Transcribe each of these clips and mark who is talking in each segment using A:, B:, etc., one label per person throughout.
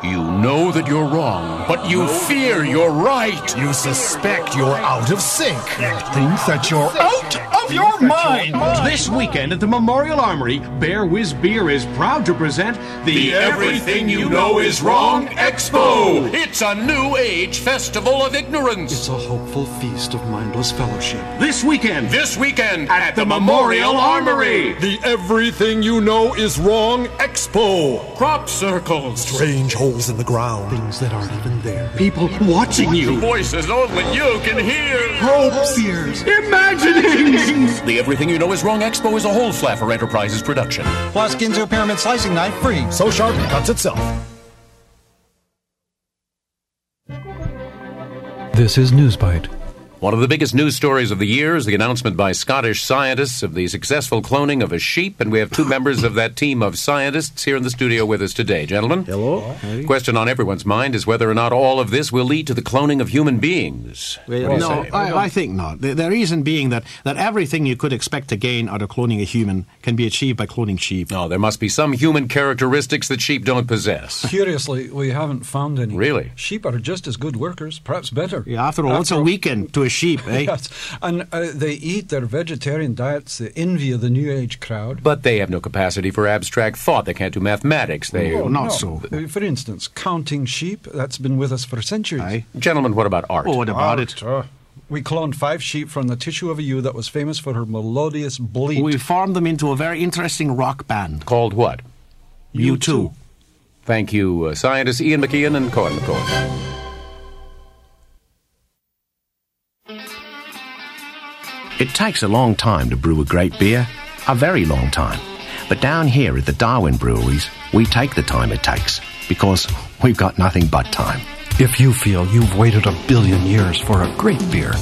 A: You know that you're wrong, but you fear you're right.
B: You suspect you're out of sync.
C: It thinks that you're out of your mind.
D: This weekend at the Memorial Armory, Bear Whiz Beer is proud to present the,
E: The Everything You Know Is Wrong Expo.
A: It's a new age festival of ignorance.
F: It's a hopeful feast of mindless fellowship.
D: This weekend,
A: This weekend
D: at the Memorial Armory.
E: The Everything You Know Is Wrong Expo.
A: Crop circles.
B: Strange holes in the ground.
F: Things that aren't even there.
D: People watching you.
A: Voices only you can hear.
F: Hopes, fears.
D: Imaginings!
A: The Everything You Know Is Wrong Expo is a whole Flaffer Enterprises production.
G: Plus Ginzo Pyramid Slicing Knife free.
B: So sharp it cuts itself.
H: This is Newsbite.
A: One of the biggest news stories of the year is the announcement by Scottish scientists of the successful cloning of a sheep, and we have two members of that team of scientists here in the studio with us today. Gentlemen? Hello. Question on everyone's mind is whether or not all of this will lead to the cloning of human beings. What do you
I: no,
A: say?
I: I, I think not. The, the reason being that, that everything you could expect to gain out of cloning a human can be achieved by cloning sheep.
A: No, there must be some human characteristics that sheep don't possess.
H: Curiously, we haven't found any.
A: Really?
H: Sheep are just as good workers, perhaps better.
I: Yeah, after all, what's a
H: After-
I: weekend to a sheep, eh?
H: Yes, and uh, they eat their vegetarian diets, the envy of the New Age crowd.
A: But they have no capacity for abstract thought. They can't do mathematics. They.
I: Oh, not so.
H: Uh, For instance, counting sheep, that's been with us for centuries.
I: Aye.
A: Gentlemen, what about art?
I: Oh, what about it?
H: Art, uh, we cloned five sheep from the tissue of a ewe that was famous for her melodious bleat.
I: We formed them into a very interesting rock band,
A: Called what?
I: You
H: U2.
I: too.
A: Thank you, uh, scientists Ian McKeon and Cohen McCoy.
J: It takes a long time to brew a great beer, a very long time. But down here at the Darwin breweries, we take the time it takes because we've got nothing but time.
H: If you feel you've waited a billion years for a great beer,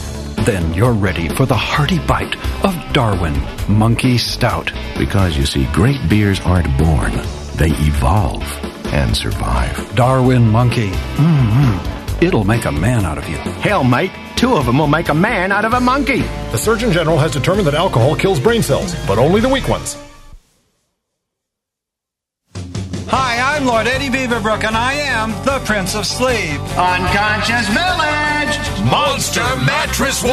H: then you're ready for the hearty bite of Darwin Monkey Stout.
J: Because you see, great beers aren't born, they evolve and survive.
H: Darwin Monkey. Mm-hmm. It'll make a man out of you.
J: Hell, mate, two of them will make a man out of a monkey.
B: The Surgeon General has determined that alcohol kills brain cells, but only the weak ones.
G: Hi, I'm Lord Eddie Beaverbrook, and I am the Prince of Sleep.
J: Unconscious Village!
E: Monster Mattress War.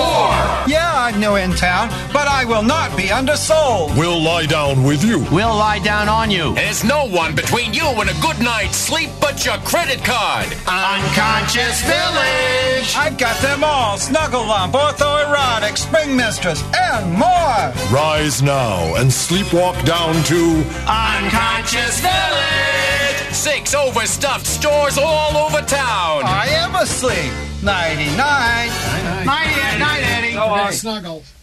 G: Yeah, I'm new in town, but I will not be undersold.
B: We'll lie down with you.
I: We'll lie down on you.
A: There's no one between you and a good night's sleep but your credit card.
J: Unconscious Village!
G: I've got them all Snuggle Lump, Orthoerotic, Spring Mistress, and more.
B: Rise now and sleepwalk down to
J: Unconscious Village!
A: Six overstuffed stores all over town.
G: I am asleep. Nighty night.
J: Night, night, Eddie!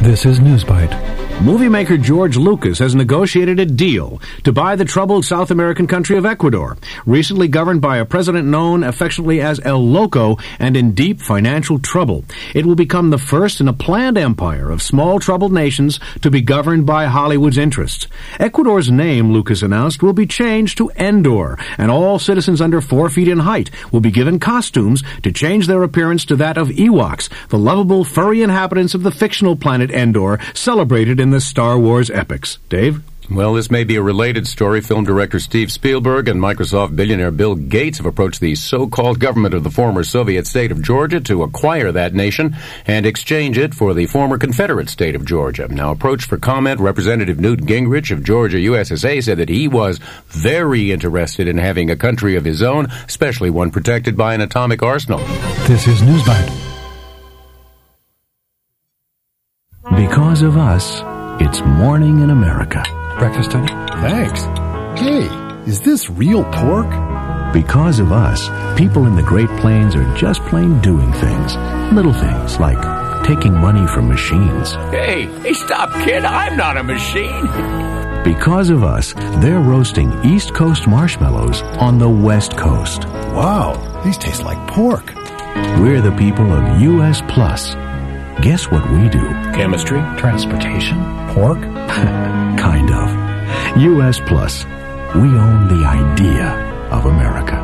H: This is Newsbite.
K: Movie maker George Lucas has negotiated a deal to buy the troubled South American country of Ecuador, recently governed by a president known affectionately as El Loco and in deep financial trouble. It will become the first in a planned empire of small troubled nations to be governed by Hollywood's interests. Ecuador's name, Lucas announced, will be changed to Endor, and all citizens under four feet in height will be given costumes to change their appearance to that of Ewoks, the lovable furry inhabitants of the fictional planet Endor, celebrated in the Star Wars epics. Dave?
A: Well, this may be a related story. Film director Steve Spielberg and Microsoft billionaire Bill Gates have approached the so-called government of the former Soviet state of Georgia to acquire that nation and exchange it for the former Confederate state of Georgia. Now, approached for comment, Representative Newt Gingrich of Georgia USSA said that he was very interested in having a country of his own, especially one protected by an atomic arsenal.
H: This is Newsbite.
J: Because of us, it's morning in America.
H: Breakfast time.
C: Thanks. Hey, is this real pork?
J: Because of us, people in the Great Plains are just plain doing things. Little things like taking money from machines.
A: Hey, hey, stop, kid. I'm not a machine.
J: Because of us, they're roasting East Coast marshmallows on the West Coast.
C: Wow, these taste like pork.
J: We're the people of US Plus. Guess what we do?
A: Chemistry?
J: Transportation? Pork? kind of. US Plus. We own the idea of America.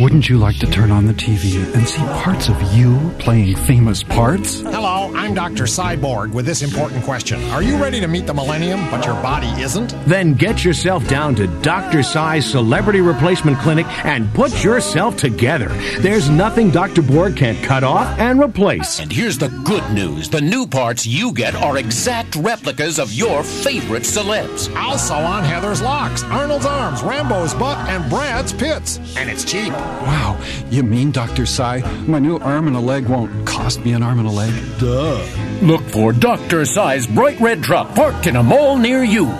L: Wouldn't you like to turn on the TV and see parts of you playing famous parts?
M: Hello, I'm Dr. Cyborg with this important question. Are you ready to meet the millennium, but your body isn't?
N: Then get yourself down to Dr. Cy's Celebrity Replacement Clinic and put yourself together. There's nothing Dr. Borg can't cut off and replace.
O: And here's the good news the new parts you get are exact replicas of your favorite celebs.
M: Also on Heather's locks, Arnold's arms, Rambo's butt, and Brad's pits. And it's cheap.
L: Wow, you mean, Dr. Psy, my new arm and a leg won't cost me an arm and a leg?
O: Duh. Look for Dr. Psy's bright red truck parked in a mall near you.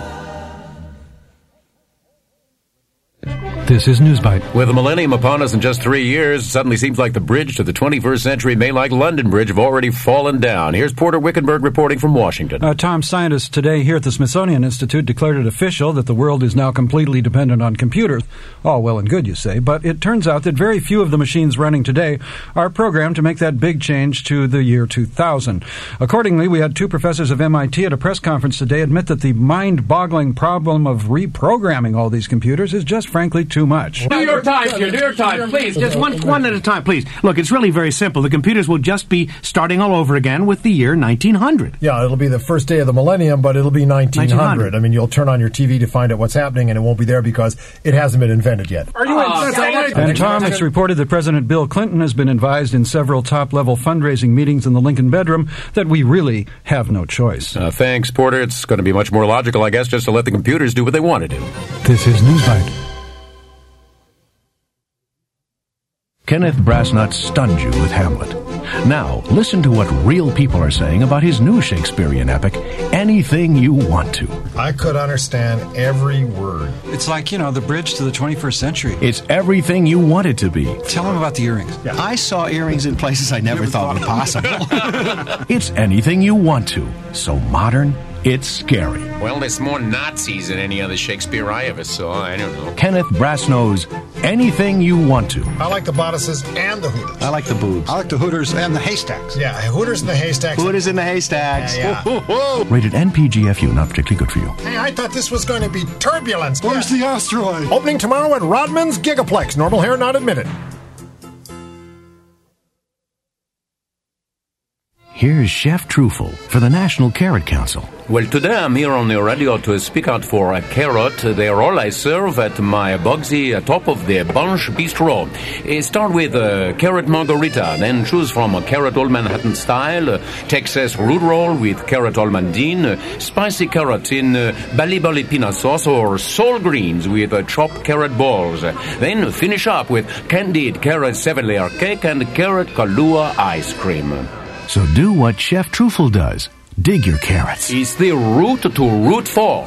L: This is Newsbite.
P: With the millennium upon us in just three years, it suddenly seems like the bridge to the 21st century may like London Bridge have already fallen down. Here's Porter Wickenberg reporting from Washington.
H: Uh, Tom, scientists today here at the Smithsonian Institute declared it official that the world is now completely dependent on computers. All well and good, you say, but it turns out that very few of the machines running today are programmed to make that big change to the year 2000. Accordingly, we had two professors of MIT at a press conference today admit that the mind-boggling problem of reprogramming all these computers is just frankly too too much.
Q: New York Times here, New York Times, please.
N: Just one, one at a time, please. Look, it's really very simple. The computers will just be starting all over again with the year 1900.
B: Yeah, it'll be the first day of the millennium, but it'll be 1900. 1900. I mean, you'll turn on your TV to find out what's happening, and it won't be there because it hasn't been invented yet.
Q: Are you uh, insane?
H: And Tom, it's reported that President Bill Clinton has been advised in several top-level fundraising meetings in the Lincoln bedroom that we really have no choice.
P: Uh, thanks, Porter. It's going to be much more logical, I guess, just to let the computers do what they want to do.
L: This is Newsbite.
J: Kenneth Brasnut stunned you with Hamlet. Now, listen to what real people are saying about his new Shakespearean epic, Anything You Want to.
B: I could understand every word.
F: It's like, you know, the bridge to the 21st century.
J: It's everything you want it to be.
F: Tell them about the earrings.
R: Yeah. I saw earrings in places I never, never thought, thought
J: possible. it's anything you want to. So modern, it's scary.
S: Well, there's more Nazis than any other Shakespeare I ever saw. I don't know.
J: Kenneth Brasnow's Anything You Want to.
B: I like the bodices and the hooters.
R: I like the boobs.
F: I like the hooters and the haystacks.
B: Yeah, hooters and the haystacks.
R: Hooters and the haystacks.
B: Yeah, yeah.
J: Whoa, Rated NPGFU, not particularly good for you.
B: Hey, I thought this was going to be turbulence.
F: Where's yeah. the asteroid?
B: Opening tomorrow at Rodman's Gigaplex. Normal hair not admitted.
J: Here's Chef Truffle for the National Carrot Council.
A: Well, today I'm here on the radio to speak out for a carrot. They are all I serve at my boxy uh, top of the Bunch Bistro. Uh, start with a carrot margarita, then choose from a carrot all Manhattan style, uh, Texas root roll with carrot almandine, spicy carrot in uh, bali bali peanut sauce, or soul greens with uh, chopped carrot balls. Then finish up with candied carrot seven layer cake and carrot Kahlua ice cream.
J: So do what Chef Truffle does. Dig your carrots.
A: It's the root to root for.